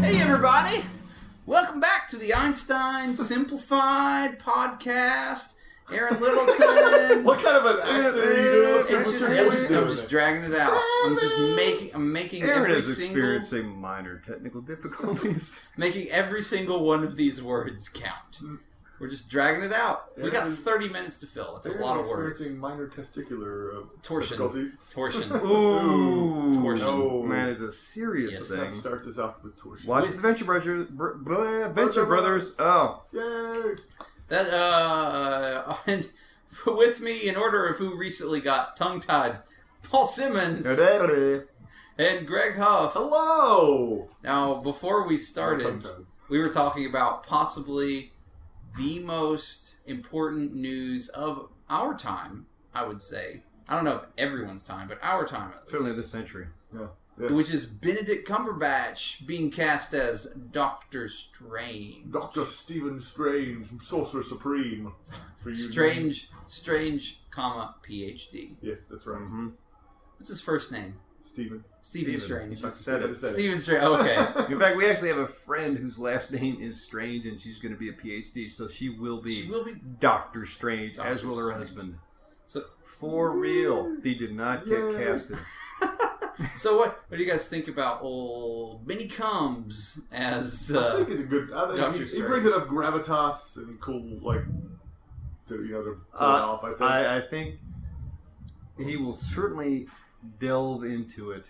Hey, everybody! Welcome back to the Einstein Simplified Podcast. Aaron Littleton. What kind of an accent are you doing? What's- It's what's just, your I'm voice just, doing? I'm just dragging it out. I'm just making, I'm making Aaron every is single, experiencing minor technical difficulties. making every single one of these words count. We're just dragging it out. We got Aaron- 30 minutes to fill. That's a Aaron's lot of words. experiencing minor testicular uh, Torsion. difficulties. Torsion. Ooh, Torsion. No. man is a serious Yes. This thing. stuff starts us off with torsion. Watch the Venture Brothers. Br- blah, Venture Brother. Brothers. Oh, Yay! That uh, and with me in order of who recently got tongue tied, Paul Simmons and Greg Huff. Hello. Now, before we started, Tongue-tied. we were talking about possibly the most important news of our time. I would say I don't know if everyone's time, but our time at certainly least, this century. Yes. which is Benedict Cumberbatch being cast as Doctor Strange. Doctor Stephen Strange, Sorcerer Supreme. For you Strange, Strange, comma PhD. Yes, that's right. Mm-hmm. What's his first name? Stephen. Stephen Strange. You I said it. said it. Steven Strange. Okay. In fact, we actually have a friend whose last name is Strange, and she's going to be a PhD, so she will be she will be. Doctor Strange, as Dr. will her Strange. husband. So- for real, they did not get Yay. casted. So what? What do you guys think about old Benny Combs as? I Uh, think he's a good. I think Dr. he- he, Strange. brings enough gravitas and cool, like, to you know, to pull it Uh, off. I think. I, I think he will certainly delve into it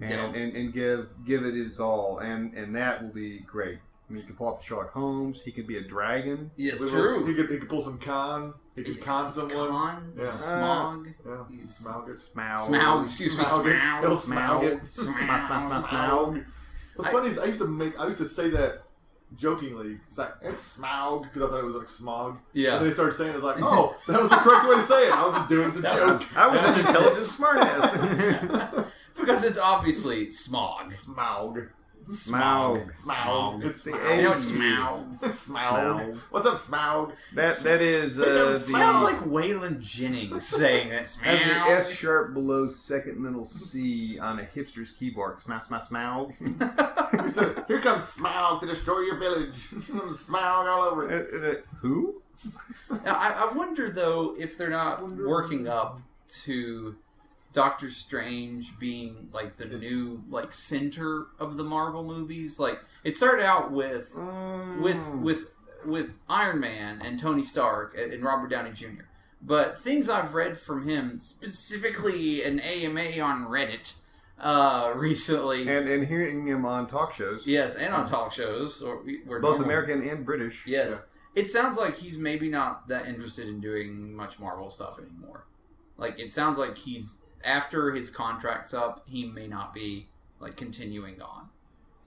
and, Delve. and, and give give it his all, and, and that will be great. I mean, he can pull off the Sherlock Holmes. He could be a dragon. yeah, it's Wait, wait, true. He could, he could pull some con. He could con He's someone. con, Yeah. Smog. Yeah. He's- Smaug it. Smaug. Smaug. Excuse me. Smaug it. Smaug. He'll smaug it. Smaug. Smaug. What's I- funny is I used to make I used to say that jokingly. It's like it's Smaug because I thought it was like smog. And Yeah. then they started saying it, I was like, oh, that was the correct way to say it. I was just doing it as a joke. I was an intelligent smartass. Because it's obviously smog. Smaug. Smaug. Smaug. Smaug. It's The You know what Smaug. A- smaug? Smaug. Smaug. What's up, Smaug? That that is uh, Pick up the, Sounds like Waylon Jennings saying that. that's the S Smaug. sharp below second middle C on a hipster's keyboard. Smaug, smaug, smaug. We said, Here comes Smaug to destroy your village. Smaug all over it. Uh, uh, Who? Now, I, I wonder though if they're not Wonder- working up to Doctor Strange being like the new like center of the Marvel movies. Like it started out with with Mm. with with Iron Man and Tony Stark and, and Robert Downey Jr. But things I've read from him, specifically an AMA on Reddit uh, recently, and and hearing him on talk shows, yes, and on talk shows, or we- where both normal- American and British. Yes. It sounds like he's maybe not that interested in doing much Marvel stuff anymore. Like it sounds like he's after his contract's up, he may not be like continuing on.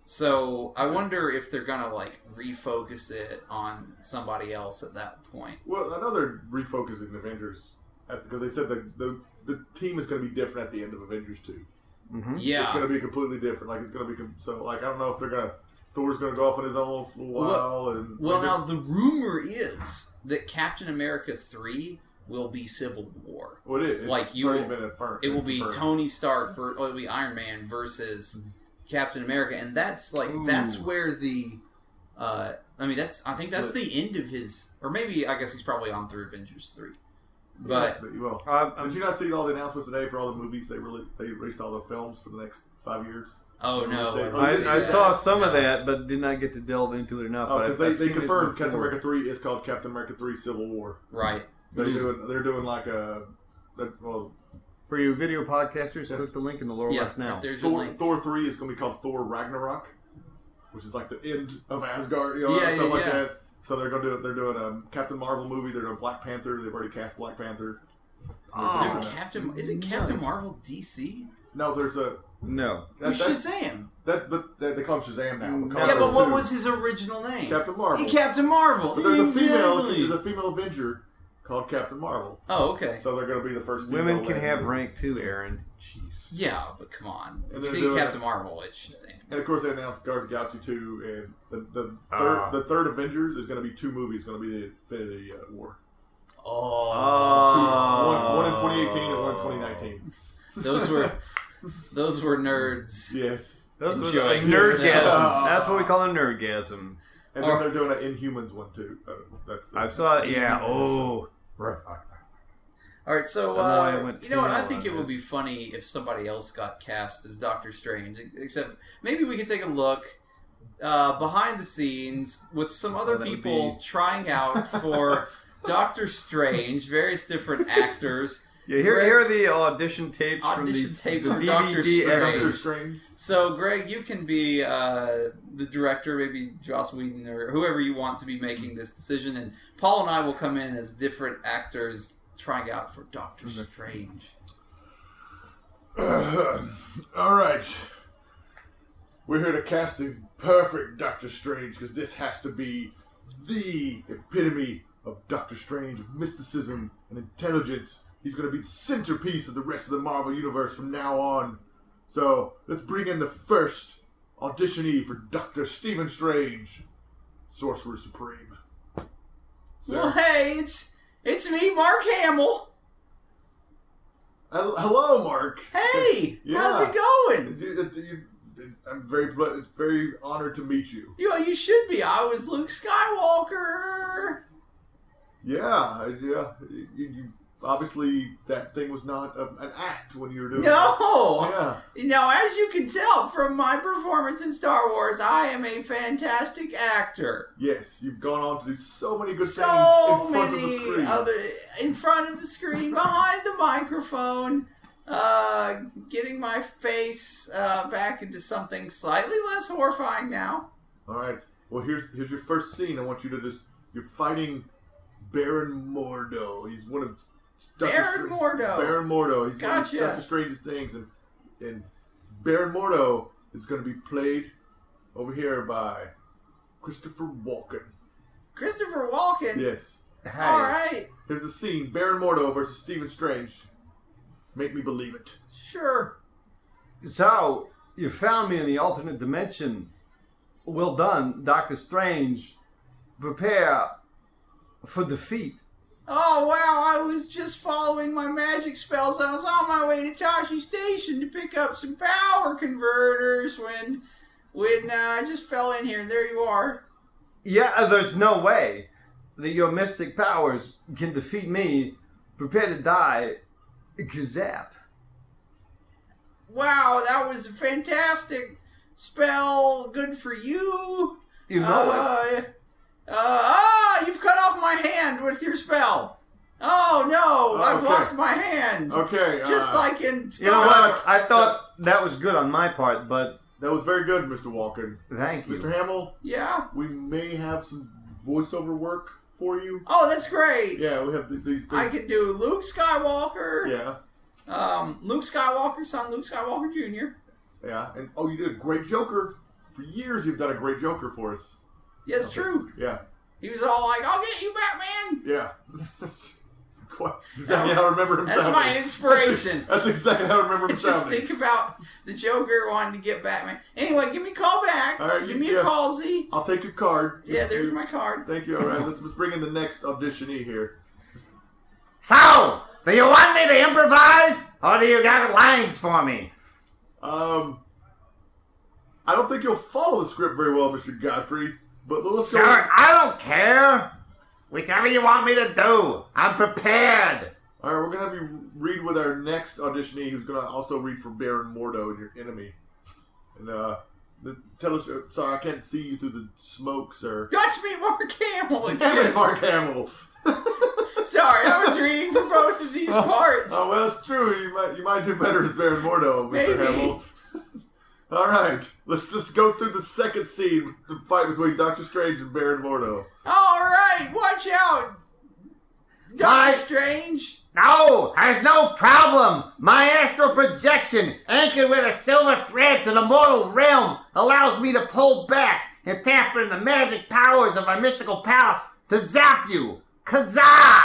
So I wonder if they're gonna like refocus it on somebody else at that point. Well, I know they're refocusing Avengers because they said the, the the team is going to be different at the end of Avengers two. Mhm. It's Yeah. going to be completely different. Like it's going to be com- so. Like I don't know if they're going to Thor's going to go off on his own for a while. and Well, now the rumor is that Captain America three will be Civil War. what it, like, it's you already will- been infirm, It will be confirmed. Tony Stark ver- or it'll be Iron Man versus Mm-hmm. Captain America, and that's like that's Ooh. where the, uh, I mean that's I think that's the end of his or maybe I guess he's probably on through Avengers three, but Yes, well, Um, um, did you not see all the announcements today for all the movies they really they released all the films for the next five years? oh no, Oh, I, I yeah. saw some of that, but did not get to delve into it enough. Oh, but because I've- they, Uh, I've they seen it confirmed Captain before. America three is called Captain America three Civil War. right, They're Which is- doing they're doing like a that- well For you video podcasters, Yeah. click the link in the lower yeah, left now. right there's your Thor, link. Thor three is going to be called Thor Ragnarok, which is like the end of Asgard, you know, Yeah, and stuff yeah, like yeah. that. So they're going to do it. They're doing a Captain Marvel movie. They're doing Black Panther. They've already cast Black Panther. Oh. Dude, Captain isn't Captain Nice. Marvel DC? No, there's a No. that, Who's that, Shazam? that, but they, they call him Shazam now. No. because Mm. Yeah, but there's what two. was his original name? Captain Marvel? He Captain Marvel. but there's a female. Exactly. There's a female Avenger called Captain Marvel. Oh okay, So they're going to be the first. female Women can have Avenger. rank too, Aaron. Jeez. yeah, but come on, And if they're you think doing- Captain Marvel, it's Shazam. And of course, they announced Guardians of the Galaxy two, and the the third, Ah. the third Avengers is going to be two movies. Going to be the Infinity uh, War. Two- Oh. one, one in 2018 and one in 2019. Those were those were nerds. Yes. That's what, like, Enjoying nerdgasm. yourselves. That's what we call a nerdgasm. And then Oh. they're doing an Inhumans one too. Uh, that's the, I saw it. Yeah. Yes. Oh. Right. right. All right, so I know I uh, went you know what? I too think long it would on be funny if somebody else got cast as Doctor Strange. ex- Except maybe we could take a look uh, behind the scenes with some other that would people be- trying out for Doctor Strange, various different actors. Yeah. Here, here are the audition tapes from Audition these- tapes the for Doctor DVD Strange. Doctor extras. Strange. So, Greg, you can be uh, the director, maybe Joss Whedon or whoever you want to be making this decision, and Paul and I will come in as different actors trying out for Doctor Strange. All right. We're here to cast the perfect Doctor Strange because this has to be the epitome of Doctor Strange mysticism and intelligence. He's going to be the centerpiece of the rest of the Marvel Universe from now on. So let's bring in the first auditionee for Doctor Stephen Strange, Sorcerer Supreme. Well, hey, it's it's me, Mark Hamill. Hel- hello, Mark. Hey, Yeah. how's it going? You- you- I'm very, ple- very honored to meet you. You you should be. I was Luke Skywalker. Yeah, yeah. You, you, obviously, that thing was not a, an act when you were doing it. Oh, No, Yeah. now as you can tell from my performance in Star Wars, I am a fantastic actor. Yes, you've gone on to do so many good things so in front of the many screen. other in front of the screen, behind the microphone, uh, getting my face uh, back into something slightly less horrifying now. All right. Well, here's here's your first scene. I want you to just you're fighting Baron Mordo. He's one of Doctor Baron Stra- Mordo. Baron Mordo. He's Gotcha. one of Doctor Strange's things, and and Baron Mordo is going to be played over here by Christopher Walken. Christopher Walken. Yes. All right. Here's the scene: Baron Mordo versus Stephen Strange. Make me believe it. Sure. So you found me in the alternate dimension. Well done, Doctor Strange. Prepare for defeat. Oh wow, I was just following my magic spells. I was on my way to Tashi Station to pick up some power converters when when uh, I just fell in here and there you are. Yeah, there's no way that your mystic powers can defeat me. Prepare to die. Gazap. Wow, that was a fantastic spell. Good for you. You know it. uh, Uh, ah, you've cut off my hand with your spell. Oh no, Oh, I've okay. lost my hand. Okay. Just uh, like in Star You know Wars. what? I thought that was good on my part, but that was very good, Mr. Walken. thank you. Mr. Hamill, Yeah. we may have some voiceover work for you. Oh, that's great. Yeah, we have th- these. I these- could do Luke Skywalker. yeah, Um, Luke Skywalker's son, Luke Skywalker Jr. yeah, and oh, you did a great Joker. For years, you've done a great Joker for us. Yeah, it's Okay. true. Yeah, He was all like, "I'll get you, Batman." yeah. Quite exactly how I remember him. That's sounding. my inspiration. That's exactly how I remember him Let's just sounding. think about the Joker wanting to get Batman. Anyway, give me a call back. All right, give you- me yeah. a call, Z. I'll take your card. Yeah, there's You- my card. Thank you. All right, let's let's bring in the next auditionee here. So, do you want me to improvise, or do you got lines for me? Um, I don't think you'll follow the script very well, Mister Godfrey. But let's go. Sir, I don't care. Whichever you want me to do, I'm prepared. All right, we're gonna have you read with our next auditionee, who's gonna also read for Baron Mordo and your enemy. And uh, the, tell us. uh, Sorry, I can't see you through the smoke, sir. Dutch me, Mark Hamill. Damn it, Again. Mark Hamill. Sorry, I was reading for both of these parts. Oh well, it's true. You might you might do better as Baron Mordo, Mr. Maybe. Hamill. All right, let's just go through the second scene, the fight between Doctor Strange and Baron Mordo. All right, watch out, Doctor Bye. Strange. No, there's no problem. My astral projection, anchored with a silver thread to the mortal realm, allows me to pull back and tap into the magic powers of my mystical palace to zap you. Kazaa!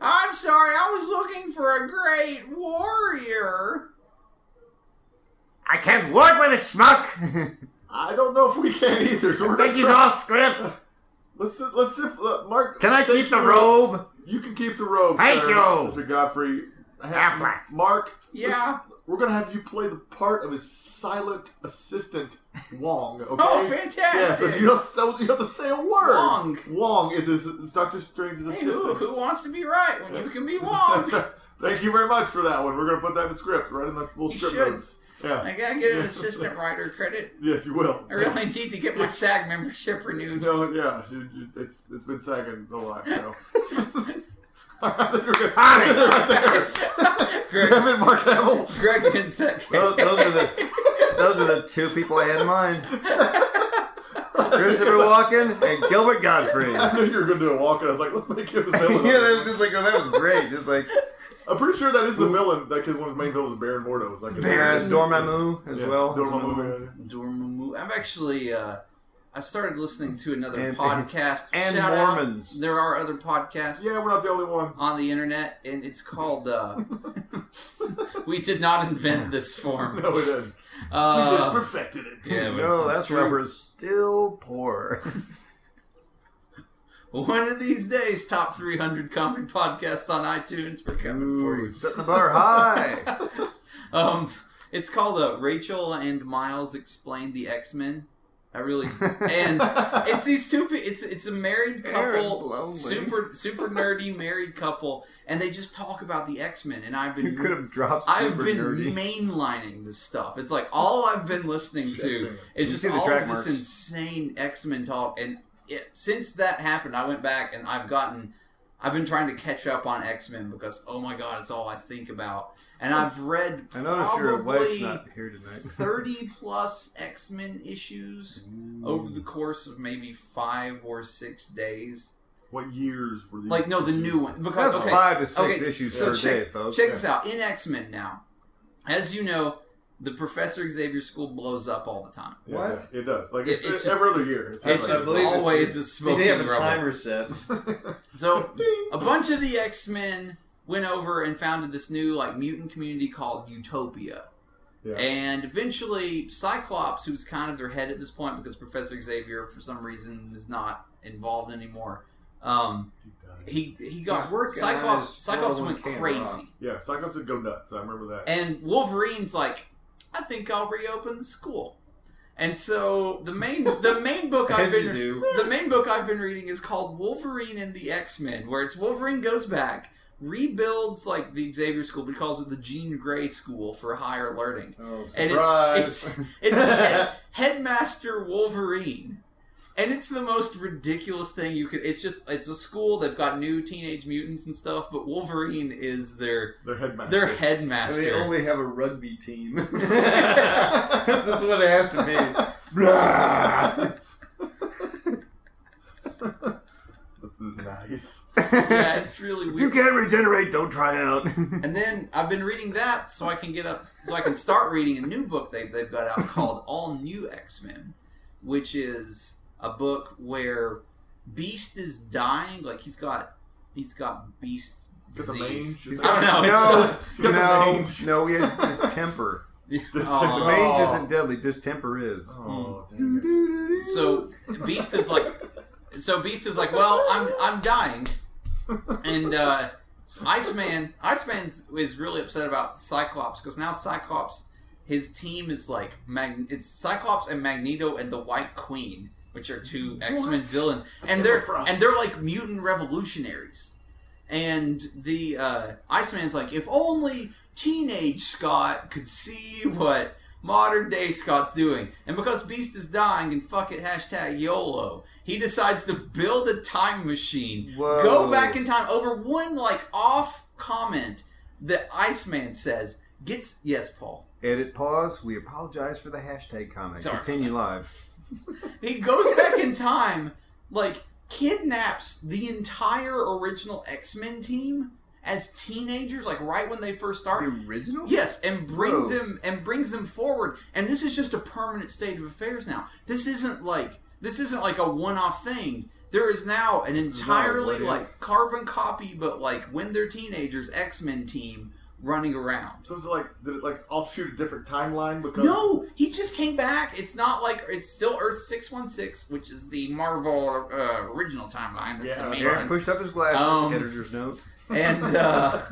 I'm sorry, I was looking for a great warrior. I can't work with a schmuck. I don't know if we can either, so we're Think gonna he's try- off script. Let's see- let's see if uh, Mark. Can I thank keep the you. robe? You can keep the robe. Thank sir, you. Mr. Godfrey. Ha- Affleck. Mark. Yeah. let's- We're gonna have you play the part of his silent assistant, Wong. Okay? Oh, fantastic! Yeah, so you don't, so you don't have to say a word. Wong. Wong is his is Doctor Strange's Hey, who, assistant. who wants to be right when you can be wrong? That's right. Thank you very much for that one. We're gonna put that in the script, right in the little You script should. notes. Yeah. I gotta get an assistant writer credit. yes, you will. I really need to get my SAG membership renewed. No, yeah, you- you- it's it's been sagging a lot. So. All right, I think we're good. Got it. Right there. Greg, Him and Mark Hamill. Greg wins that Those, case. those are the those are the two people I had in mind. Christopher Walken and Gilbert Godfrey. I knew you were gonna do a walk, and I was like, let's make him the villain. yeah, that was just like oh, that was great. Just like I'm pretty sure that is the villain. That kid, one of his main villains, is Baron Mordo. It's like Baron Dormammu as Yeah, well. Dormammu. yeah. Dormammu. I'm actually. Uh, I started listening to another And- podcast. and Shout Mormons. Out. There are other podcasts Yeah, we're not the only one. on the internet, and it's called. Uh, we did not invent this form. No, it is. We Uh, just perfected it. yeah, but No, it's that's true. why we're still poor. One of these days, top 300 comedy podcasts on iTunes. We're coming for you. Setting the bar high. Um, it's called uh, Rachel and Miles Explain the X Men. I really and it's these two. pe- It's it's a married Aaron's couple, lonely. super super nerdy married couple, and they just talk about the X Men. And I've You been could have dropped super I've been nerdy. mainlining this stuff. It's like all I've been listening to is You just see the all track of this marks. insane X Men talk. And it, since that happened, I went back and I've gotten. I've been trying to catch up on X Men because oh my god, it's all I think about. And I've read I noticed your wife's probably not here tonight. 30 plus X Men issues over the course of maybe five or six days. What years were these? Like, no, the new one. Because, That's okay, five to six okay, issues so per check, day, folks. Check this out. In X Men now, as you know, the Professor Xavier School blows up all the time. Yeah, What? yeah, it does. Like Yeah, it's, it just- every other year. It's, It's I just believe it's- always a They smoking have a rubble. timer set. So Ding. a bunch of the X Men went over and founded this new like mutant community called Utopia. Yeah. And eventually, Cyclops, who's kind of their head at this point because Professor Xavier, for some reason, is not involved anymore. Um, he he got He's working on Cyclops. his Cyclops went 401k crazy, Yeah, Cyclops would go nuts. I remember that. and Wolverine's like, "I think I'll reopen the school." And so the main the main book I've As been you do. the main book I've been reading is called Wolverine and the X Men, where it's Wolverine goes back, rebuilds like the Xavier School, but he calls it the Jean Grey School for higher learning. Oh, And it's it's it's head, headmaster Wolverine, and it's the most ridiculous thing you could. It's just it's a school. They've got new teenage mutants and stuff, but Wolverine is their Their headmaster. their And headmaster. they only have a rugby team. That's what it has to be. That's nice. yeah, it's really If you weird. can't regenerate, don't try out. And then I've been reading that so I can get up, so I can start reading a new book they, they've got out called All New X Men, which is a book where Beast is dying. Like he's got, he's got Beast Got the disease. mange. I don't know. It's uh, no, He's got the no, mange. no, he has distemper. Just- Aw. The mage isn't deadly, distemper is. Oh, dang it. So Beast is like, so Beast is like, well, I'm I'm dying, and uh, Iceman Iceman is really upset about Cyclops because now Cyclops his team is like Mag- it's Cyclops and Magneto and the White Queen, which are two X Men villains, and they're Frost. and they're like mutant revolutionaries. And the uh, Iceman's like, if only teenage Scott could see what modern day Scott's doing. And because Beast is dying and fuck it, hashtag YOLO, he decides to build a time machine, Whoa. go back in time over one like off comment that Iceman says gets yes, Paul. Edit pause. We apologize for the hashtag comment. Sorry. Continue live. He goes back in time, like kidnaps the entire original X Men team as teenagers, like right when they first The start. original? Yes, and bring Whoa. them and brings them forward. And this is just a permanent state of affairs now. This isn't like this isn't like a one off thing. There is now an is not a entirely what if. like carbon copy, but like when they're teenagers, X Men team running around. So it's like did it like offshoot a different timeline because No, he just came back. It's not like it's still Earth six one six, which is the Marvel uh, original timeline. That's the Yeah, main Aaron Aaron one. pushed up his glasses. Um, editor's note. And uh,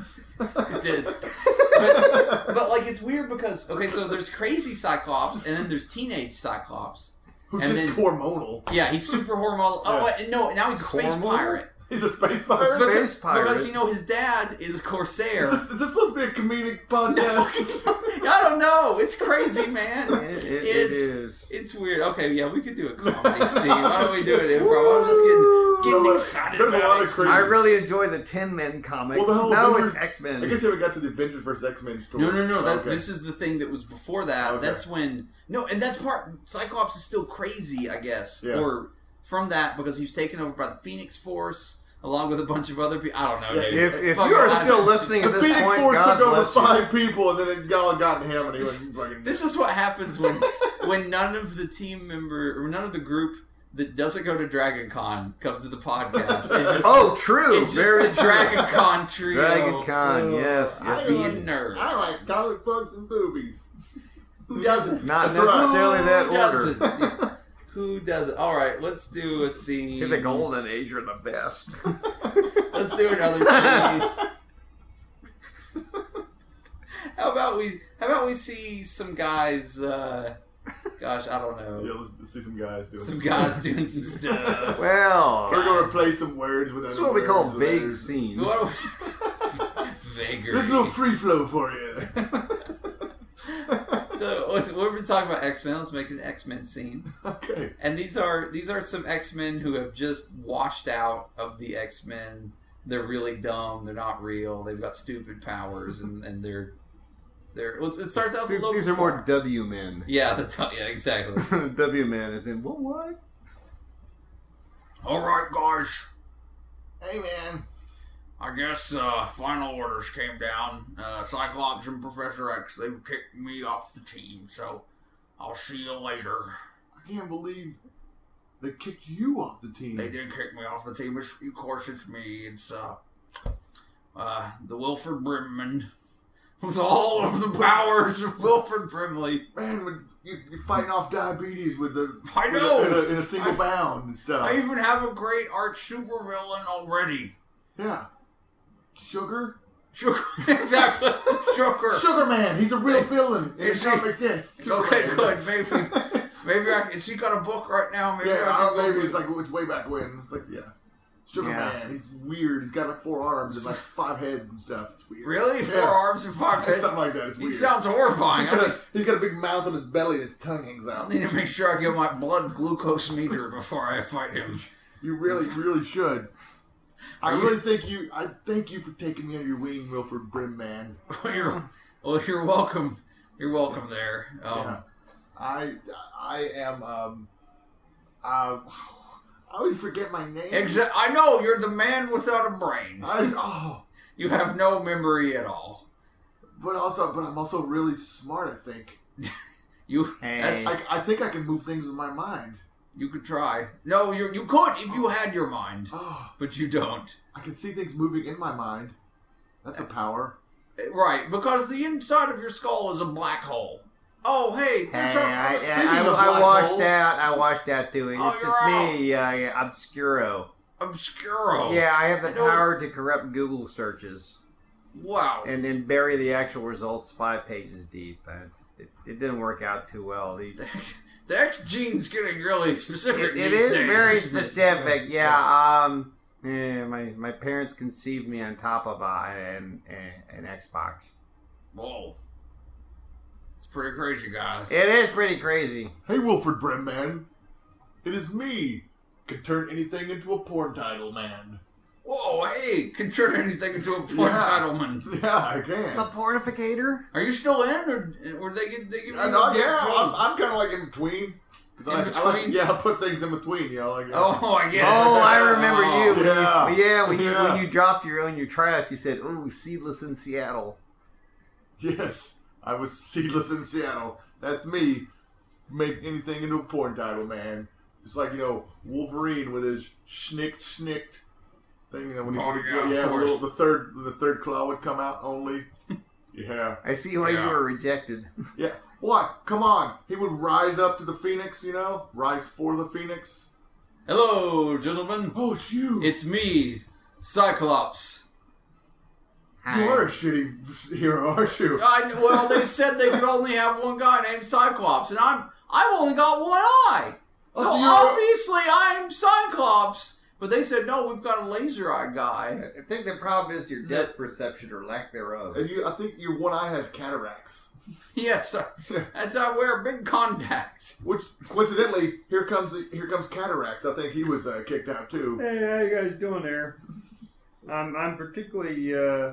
it did. but, but like it's weird because okay, so there's crazy Cyclops and then there's teenage Cyclops. Who's And then- just hormonal? Yeah, he's super hormonal. Yeah. Oh and no, now he's a space Cornwall? pirate. He's a space pirate. Space Because, pirate. because you know his dad is Corsair. Is this, is this supposed to be a comedic podcast? I don't know. It's crazy, man. It, it, it It's- is. It's weird. Okay, yeah, we could do a comedy scene. Why don't we do it improv? I'm just getting getting There's a lot- excited. there's a about lot of it. crazy- I really enjoy the Tin Men comics. Well, the whole no, Avengers- it's X Men. I guess you haven't got to the Avengers versus X Men story. No, no, no. That's Okay. this is the thing that was before that. Okay. That's when no, and that's part. Cyclops is still crazy, I guess, Yeah. or from that because he was taken over by the Phoenix Force along with a bunch of other people. I don't know, Yeah, dude. If, if you Fuck, are I- still listening The at this Phoenix point, Force God took over bless you. five people, and then it all got in him, and he went. fucking- This is what happens when when none of the team member or none of the group that doesn't go to Dragon Con comes to the podcast. It's just, Oh, true. it's just Very the Dragon Con trio. Dragon Con. Oh. Yes. I yes. Be a like- nerd. I like comic books and movies. Who doesn't? Not That's right. necessarily that Who order. doesn't? Who doesn't? All right, let's do a scene. The golden age are the best. Let's do another scene. how about we? How about we see some guys? Uh, gosh, I don't Yeah, know. let's see some guys doing. Some guys doing some stuff. Well, We're gonna replace some words with. that's other what we call words with vague others. scene. What are we? Vagaries. There's a little free flow for you. So what's- we've been talking about X Men. Let's make an X Men scene. okay. And these are these are some X Men who have just washed out of the X Men. They're really dumb. They're not real. They've got stupid powers, and, and they're they're. Well, it starts out. with a These, little- these are more W men. Yeah, the t- yeah, exactly. w men is in what? What? All right, guys. Hey man. I guess uh, final orders came down. Uh, Cyclops and Professor X they've kicked me off the team, so I'll see you later. I can't believe they kicked you off the team. They did kick me off the team. It's, of course, it's me. It's uh, uh, the Wilfred Brimman with all of the powers of Wilfred Brimley. Man, when you, you're fighting off diabetes with the I with a- know. in a, in a single I- bound and stuff. I even have a great arch supervillain already. yeah. Sugar? Sugar, exactly. Sugar. Sugar Man! He's a real villain! and It It's- doesn't exist! Sugar Okay, Man. good. Maybe, maybe I can. She got a book right now. Maybe Yeah, I I can don't, go maybe do- it's like it's way back when. It's like yeah, Sugar Yeah. Man. He's weird. He's got like four arms and like five heads and stuff. It's weird. really Yeah. four arms and five heads. something like that. It's He weird. sounds horrifying. He's I got, a, he's got a big mouth on his belly and his tongue hangs out. need to make sure I get my blood glucose meter before I fight him. You really, really should. I Are you- really think you. I thank you for taking me under your wing, Wilfred Brim Man. Well, you're, well, you're welcome. You're welcome there. Um, yeah. I, I am. Um, uh, I always forget my name. exa- I know you're the man without a brain. I, oh, You have no memory at all. but also, but I'm also really smart. I think. You Hey. that's I, I think I can move things with my mind. you could try. No, you you could if you had your mind, Oh, but you don't. I can see things moving in my mind. That's a power. Right, because the inside of your skull is a black hole. Oh, hey, Hey, there's a- I, Speaking I, I, of black I washed hole- out. I washed out doing. Oh, it's you're just me. Uh, yeah, obscuro. obscuro. Yeah, I have the Oh. I don't- power to corrupt Google searches Wow. and then bury the actual results five pages deep. Uh, It, it didn't work out too well. The- the X gene's getting really specific it- it these is days. very isn't it? specific. Yeah. Um. eh, my my parents conceived me on top of uh, an an- an Xbox. Whoa. It's pretty crazy, guys. It is pretty crazy. Hey, Wilfred Brim Man. It is me. Can turn anything into a porn title, man. Whoa, hey, can turn anything into a porn Yeah. title, man. Yeah, I can. pornificator. Are you still in, or or they get they give you I a know, big Uh, yeah, tone? I'm, I'm kind of like in between. 'Cause In I, I like- between? yeah, I put things in between. You know, like Oh, I get it. Oh, I remember you. When Yeah. You, yeah, when you Yeah. when you dropped your own your tryouts, you said, "Ooh, seedless in Seattle." yes, I was seedless in Seattle. That's me. Make anything into a porn title, man. It's like you know Wolverine with his schnicked schnicked thing. You know, when he, Oh, when he- yeah, of yeah, course. little, the third the third claw would come out only. yeah, I see why Yeah. you were rejected. yeah. What? Come on, he would rise up to the phoenix. You know, rise for the phoenix. Hello, gentlemen. Oh, it's you. It's me, Cyclops. You are a shitty hero, aren't you? I, kn- well, they said they could only have one guy named Cyclops, and I'm I've only got one eye. So Oh, so obviously you're- I'm Cyclops. But they said no, we've got a laser eye guy. I think the problem is your depth perception or lack thereof. And you, I think your one eye has cataracts. Yes, I- that's I wear a big contact. Which, coincidentally, here comes here comes cataracts. I think he was uh, kicked out too. Hey, how you guys doing there? I'm I'm particularly uh,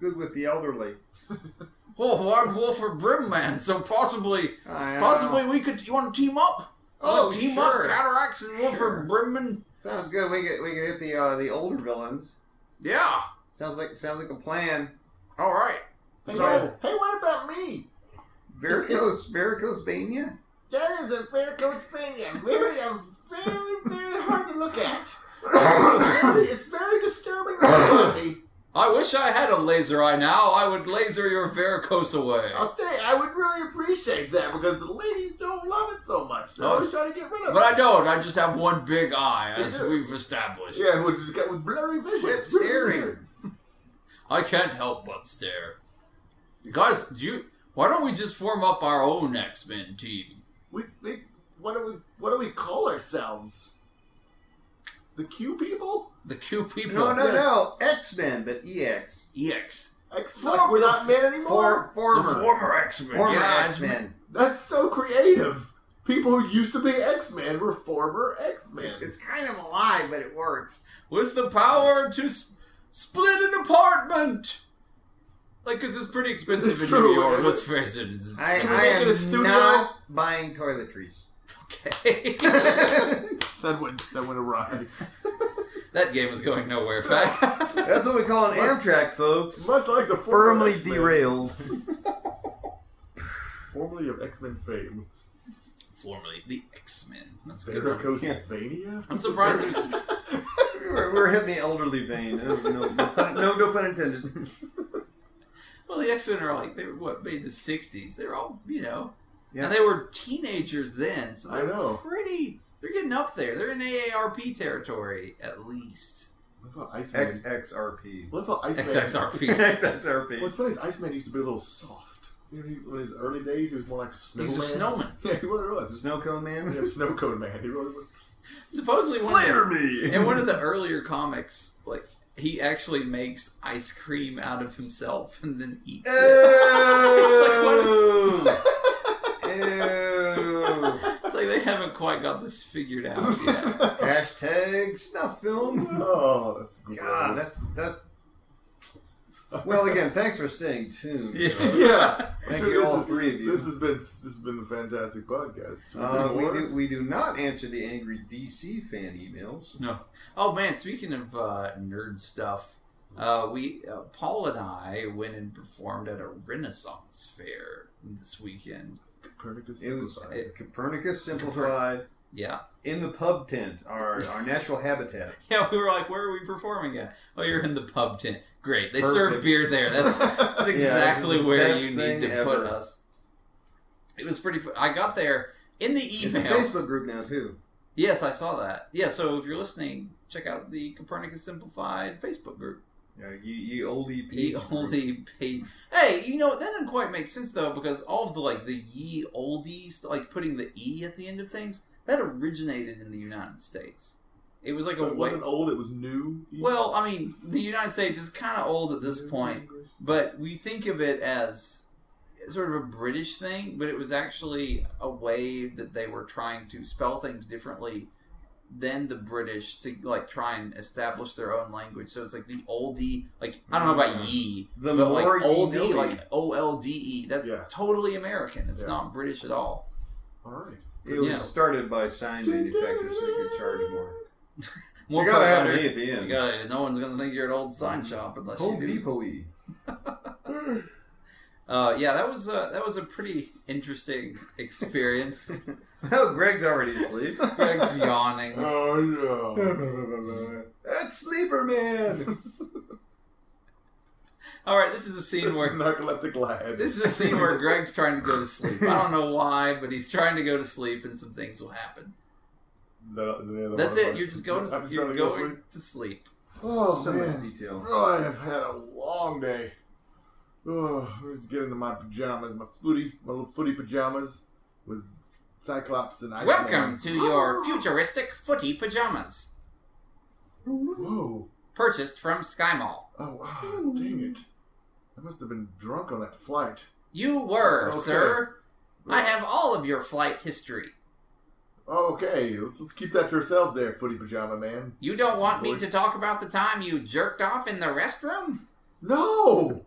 good with the elderly. Oh, I'm Wolford Brimman, so possibly, I, uh, possibly we could. You want to team up? Oh, Wanna team sure. up, Cataracts and Wolford Brimman. Sounds good. We get we can hit the uh, the older villains. Yeah, Sounds like sounds like a plan. all right. Hey, So- hey, what about me? Varicose varicose venia. That is a varicose vein. Very, uh, very, very hard to look at. it's very disturbing to my body. I wish I had a laser eye now. I would laser your varicose away. I think I would really appreciate that because the ladies don't love it so much. They're Oh. always trying to get rid of But I it. don't. I just have one big eye, as Yeah. we've established. Yeah, which is got with blurry vision. Quit staring. I can't help but stare. Guys, do you? Why don't we just form up our own X Men team? We, we, what do we, what do we call ourselves? The Q people? The Q people. No, no, Yes. no. X Men, but E EX. EX. Ex- Form like we're the not f- men anymore. For, former. The former X Men. former yeah, X Men. That's so creative. People who used to be X Men were former X Men. It's kind of alive, but it works. With the power to s- split an apartment. Like, 'cause it's pretty expensive It's in true, New York. it- Let's face it. It's I, Can we I make am it a studio? not buying toiletries. okay. That went that went awry. that game is going nowhere fast. That's what we call an Amtrak, folks. Much like the former Firmly X-Men, derailed. formerly of X Men fame, Formerly the X Men. That's a good. one. Varicose Vania. I'm surprised there's we're, we're hitting the elderly vein. No, no, no, no pun intended. Well, the X Men are like they were what made in the '60s. They're all you know, Yeah. and they were teenagers then, so I they're know. pretty. They're getting up there. They're in AARP territory at least. What about Iceman? XXRP. what about Iceman? XXRP. XXRP. What's funny is Iceman used to be a little soft. You know, he, in his early days, he was more like a snowman. He's a snowman. Yeah, he really was. Snow cone He man. was a snow cone man. He really was. Supposedly, one of the, me. in one of the earlier comics, like he actually makes ice cream out of himself and then eats it. Ew. Ew. It's like they haven't quite got this figured out yet. Hashtag snuff film. Oh, that's gross. God, that's that's. Well, again, thanks for staying tuned. Uh, Yeah. yeah. Thank Sure, you, this all is- three of you. This has been this has been a fantastic podcast. Should we Uh, do we more? do we do not answer the angry DC fan emails. No. Oh man, speaking of uh, nerd stuff, uh, we uh, Paul and I went and performed at a Renaissance fair this weekend. Copernicus. It was Simplified. it, Copernicus simplified Yeah, in the pub tent, our our natural habitat. yeah. We were like, "Where are we performing at?" Oh, you're in the pub tent. Great. They serve Perfect. beer there. That's, that's this is exactly the where best you thing need to put ever. us. It was pretty. Fu- I got there in the It's a email. Facebook group now too. Yes, I saw that. Yeah. So if you're listening, check out the Copernicus Simplified Facebook group. Yeah, you you old EP. Ye oldie page. Hey, you know what? That doesn't quite make sense though, because all of the like the ye oldies, like putting the e at the end of things, that originated in the United States. It was like a so it way. wasn't old. It was new. Well, I mean, the United States is kind of old at this point, but we think of it as sort of a British thing, but it was actually a way that they were trying to spell things differently than the British to like try and establish their own language. So it's like the oldie, like I don't know Mm. about ye, The but more like you oldie, know like O L D E. That's Yeah. totally American. It's Yeah. not British at all. All right. It was Yeah. started by sign manufacturers so you could charge more. More you gotta have provider. an E at the You end. gotta- no one's gonna think you're an old sign shop unless Home you do. Depot E. Uh, yeah, that was a, that was a pretty interesting experience. Oh, Greg's already asleep. Greg's yawning. Oh yeah. That's Sleeper Man. All right, this is a scene This where narcoleptic lad. This is a scene where Greg's trying to go to sleep. I don't know why, but he's trying to go to sleep, and some things will happen. Is that- is there any other That's one? it. You're just going. I'm To, trying you're to go going sleep. to sleep. Oh, so man. much detail. Oh, I have had a long day. Oh, let's get into my pajamas, my footy, my little footy pajamas with Cyclops and Iceman. Welcome to your futuristic footy pajamas. Whoa. Purchased from Sky Mall. Oh, wow. Dang it. I must have been drunk on that flight. You were, Okay. sir. I have all of your flight history. Oh, okay. Let's, let's keep that to ourselves there, footy pajama man. You don't want me Voice. to talk about the time you jerked off in the restroom? No!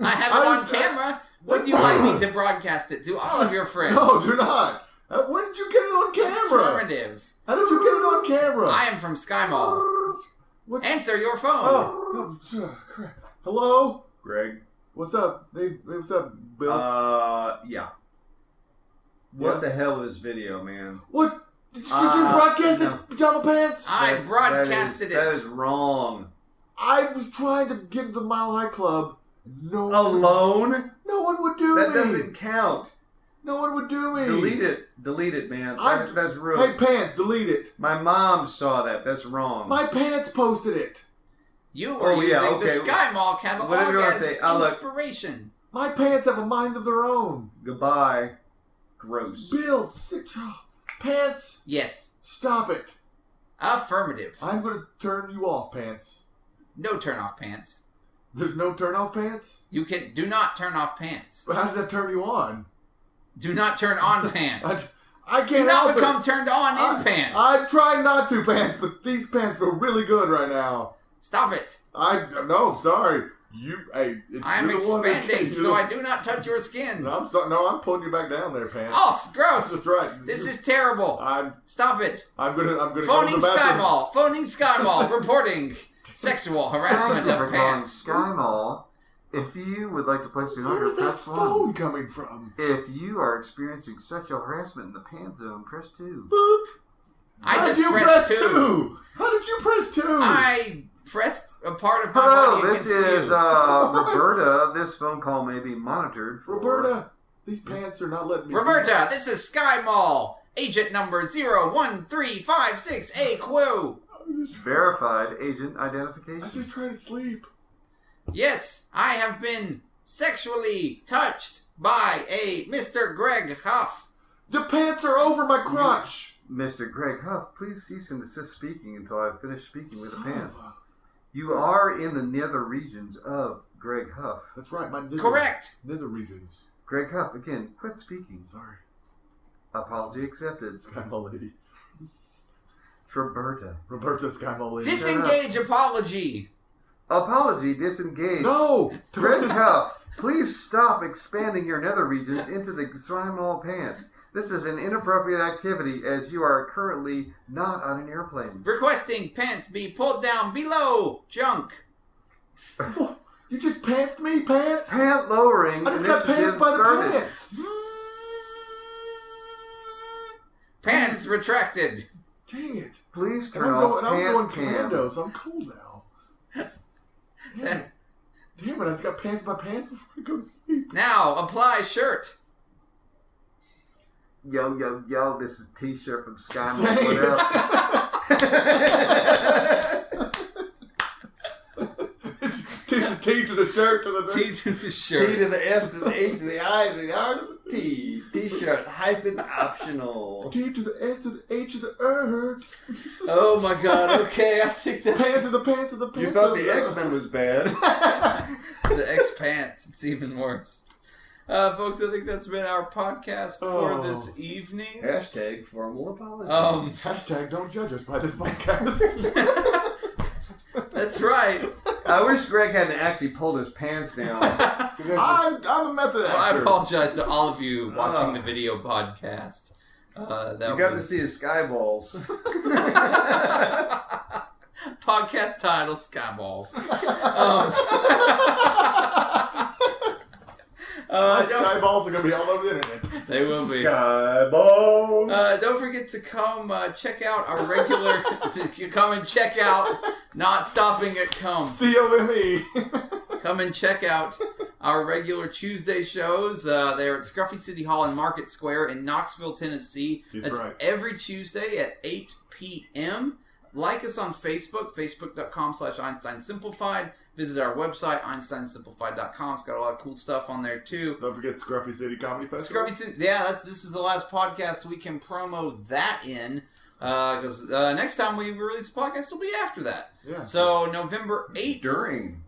I have I it was- on uh, camera. Would you like me to broadcast it to all of your friends? No, do not! Uh, Where did you get it on camera? Affirmative. How did you get it on camera? I am from Sky Mall. What? Answer your phone. Oh, oh, crap. Hello? Greg? What's up? Hey, hey, what's up, Bill? Uh, yeah. What Yeah? the hell is video, man? What? Did, did you Uh, broadcast no. it, pajama pants? I That- that broadcasted is- That it. is wrong. I was trying to get to the Mile High Club. No, Alone? no one would do That me. doesn't count. No one would do me. Delete it. Delete it, man. I'm- That- that's rude. Hey, pants, delete it. My mom saw that. That's wrong. My pants posted it. You were Oh, yeah, using okay. the Sky Mall catalog What did you wanna as say? Ah, I'll look. inspiration. My pants have a mind of their own. Goodbye. Gross. Bill, sick, oh, pants, Yes. stop it. Affirmative. I'm gonna turn you off, pants. No turn off pants. There's no turn off pants. You can do not turn off pants. But how did I turn you on? Do not turn on I, pants. I can't Do help not it. become turned on I, in pants. I try not to pants, but these pants feel really good right now. Stop it. I no, sorry. You, hey, it- I am you're the one that- expanding, you're so the- I do not touch your skin. No, I'm sorry. No, I'm pulling you back down there, Pam. Oh, it's That's gross. right. This is terrible. I'm. Stop it. I'm gonna. I'm gonna go Phoning to the bathroom. Sky Mall. Phoning Sky Mall. Reporting sexual harassment of pants. Sky Mall. If you would like to place an Where's that phone coming from? If you are experiencing sexual harassment in the pan zone, press two. Boop. I How did just you pressed press two. How did you press two? I pressed a part of my Hello, body this against is you. uh, Roberta. This phone call may be monitored. For Roberta, these pants are not letting me. Roberta, this is Sky Mall. Agent number 01356 AQ. I'm just, verified agent I'm identification. just trying to sleep. Yes, I have been sexually touched by a Mr. Greg Huff. The pants are over my crotch. Mr. Greg Huff, please cease and desist speaking until I finish speaking with the Son of pants. a- You are in the nether regions of Greg Huff. That's right. My nether, Correct. Nether regions. Greg Huff, again, quit speaking. Sorry, Apology accepted. Sky Mall lady. It's Roberta. Roberta Sky Mall lady. Disengage apology. Apology disengaged. no, Greg Roberta's- Huff, please stop expanding your nether regions into the slime all pants. This is an inappropriate activity as you are currently not on an airplane. Requesting pants be pulled down below junk. You just pantsed me, pants? Pant lowering. I just got initiative pantsed by the started. pants. Pants retracted. Dang it. Please And I'm turn off going, I was pant going cam. commando, so I'm cool now. Damn it. Damn it, I just got pantsed by pants before I go to sleep. Now apply shirt. Yo, yo, yo, this is T-shirt from Sky Dang Mall. What up? It's just a T to the shirt to the T to the T shirt. to the S to the H to the I to the R to the T. T-shirt hyphen optional. T to the S to the H to the er. Oh my god. Okay, I think that's Pants to the pants to the pants. You thought to the X-Men was bad. the X pants. It's even worse. Uh, folks, I think that's been our podcast Oh. for this evening. Hashtag formal apology. Um, Hashtag don't judge us by this podcast. that's right. I wish Greg hadn't actually pulled his pants down. 'Cause that's I'm, just- I'm a method Well, I actor. apologize to all of you watching Ah. the video podcast. Uh, that you got to was see his sky balls. podcast title Skyballs. um, My uh, don't- sky balls are going to be all over the internet. they will be. Sky balls. Uh, don't forget to come uh, check out our regular. to come and check out. Not stopping at come. C-O-M-E. Come and check out our regular Tuesday shows. Uh, they're at Scruffy City Hall in Market Square in Knoxville, Tennessee. He's That's right. every Tuesday at 8 p.m. Like us on Facebook, facebook.com slash Einstein Simplified. Visit our website, einsteinsimplified.com. It's got a lot of cool stuff on there, too. Don't forget Scruffy City Comedy Festival. Scruffy City, yeah, that's this is the last podcast we can promo that in because uh, next time we release a podcast will be after that. Yeah. So November eighth. During.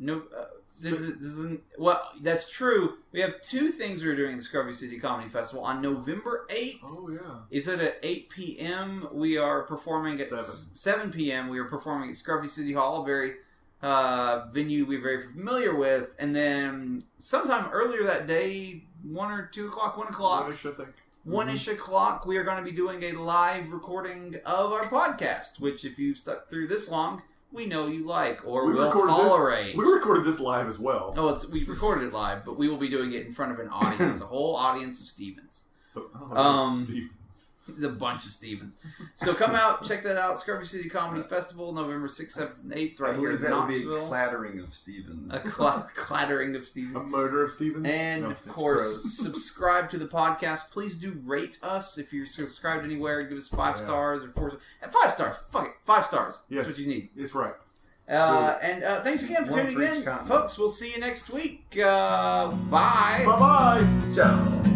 No, uh, this, is, this isn't. Well, that's true. We have two things we're doing at Scruffy City Comedy Festival on November eighth. Oh yeah. Is it at 8 p.m.? We are performing at Seven. s- 7 p.m. We are performing at Scruffy City Hall, a very uh, venue we're very familiar with. And then sometime earlier that day, 1 or 2 o'clock, 1 o'clock, What I think. one Mm-hmm. ish o'clock, we are going to be doing a live recording of our podcast, which if you've stuck through this long, we know you like or We will recorded this- tolerate. We recorded this live as well. Oh, it's we recorded it live, but we will be doing it in front of an audience, a whole audience of Stevens. So, oh, Um, Stevens. There's a bunch of Stevens. So come out, check that out. Scruffy City Comedy Festival, November 6th, 7th, and 8th, I right here believe in that would be a Knoxville. clattering of Stevens. a cla- clattering of A Stevens. murder of Stevens. And No, of that's course, gross. subscribe to the podcast. Please do rate us if you're subscribed anywhere. Give us five Yeah. stars or four. and Five stars. Fuck it. Five stars. Yes. That's what you need. it's right. Uh, and uh, thanks again for One tuning for each in, continent. folks. We'll see you next week. Uh, bye. Bye bye. Ciao.